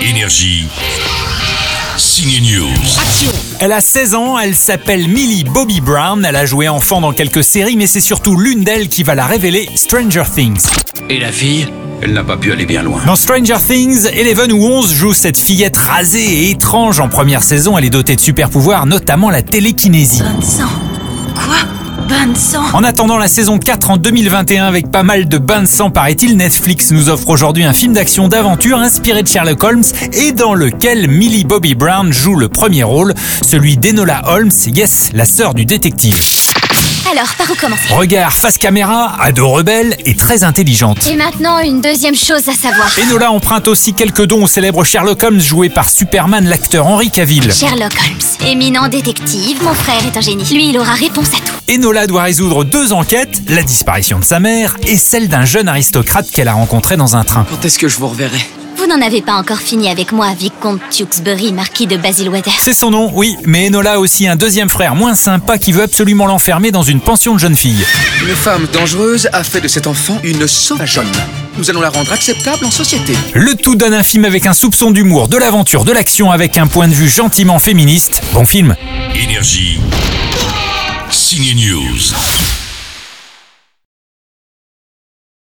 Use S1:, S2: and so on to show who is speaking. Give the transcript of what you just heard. S1: Énergie. Signe News.
S2: Elle a 16 ans, elle s'appelle Millie Bobby Brown, elle a joué enfant dans quelques séries, mais c'est surtout l'une d'elles qui va la révéler, Stranger Things.
S3: Et la fille
S4: Elle n'a pas pu aller bien loin.
S2: Dans Stranger Things, Eleven ou 11 joue cette fillette rasée et étrange. En première saison, elle est dotée de super pouvoirs, notamment la télékinésie.
S5: Bain de sang. Quoi Bain de sang
S2: En attendant la saison 4 en 2021 avec pas mal de bains de sang paraît-il, Netflix nous offre aujourd'hui un film d'action d'aventure inspiré de Sherlock Holmes et dans lequel Millie Bobby Brown joue le premier rôle, celui d'Enola Holmes, yes, la sœur du détective.
S5: Alors, par où commencer
S2: Regard face caméra, ado rebelle et très intelligente.
S5: Et maintenant, une deuxième chose à savoir.
S2: Enola emprunte aussi quelques dons au célèbre Sherlock Holmes joué par Superman l'acteur Henry Cavill.
S5: Sherlock Holmes, éminent détective, mon frère est un génie. Lui, il aura réponse à tout.
S2: Enola doit résoudre deux enquêtes, la disparition de sa mère et celle d'un jeune aristocrate qu'elle a rencontré dans un train.
S3: Quand est-ce que je vous reverrai
S5: Vous n'en avez pas encore fini avec moi, vicomte Tewksbury, marquis de Basilwater.
S2: C'est son nom, oui, mais Enola a aussi un deuxième frère moins sympa qui veut absolument l'enfermer dans une pension de jeunes filles.
S3: Une femme dangereuse a fait de cet enfant une sauvageonne. Nous allons la rendre acceptable en société.
S2: Le tout donne un film avec un soupçon d'humour, de l'aventure, de l'action avec un point de vue gentiment féministe. Bon film.
S1: Énergie. Signe News.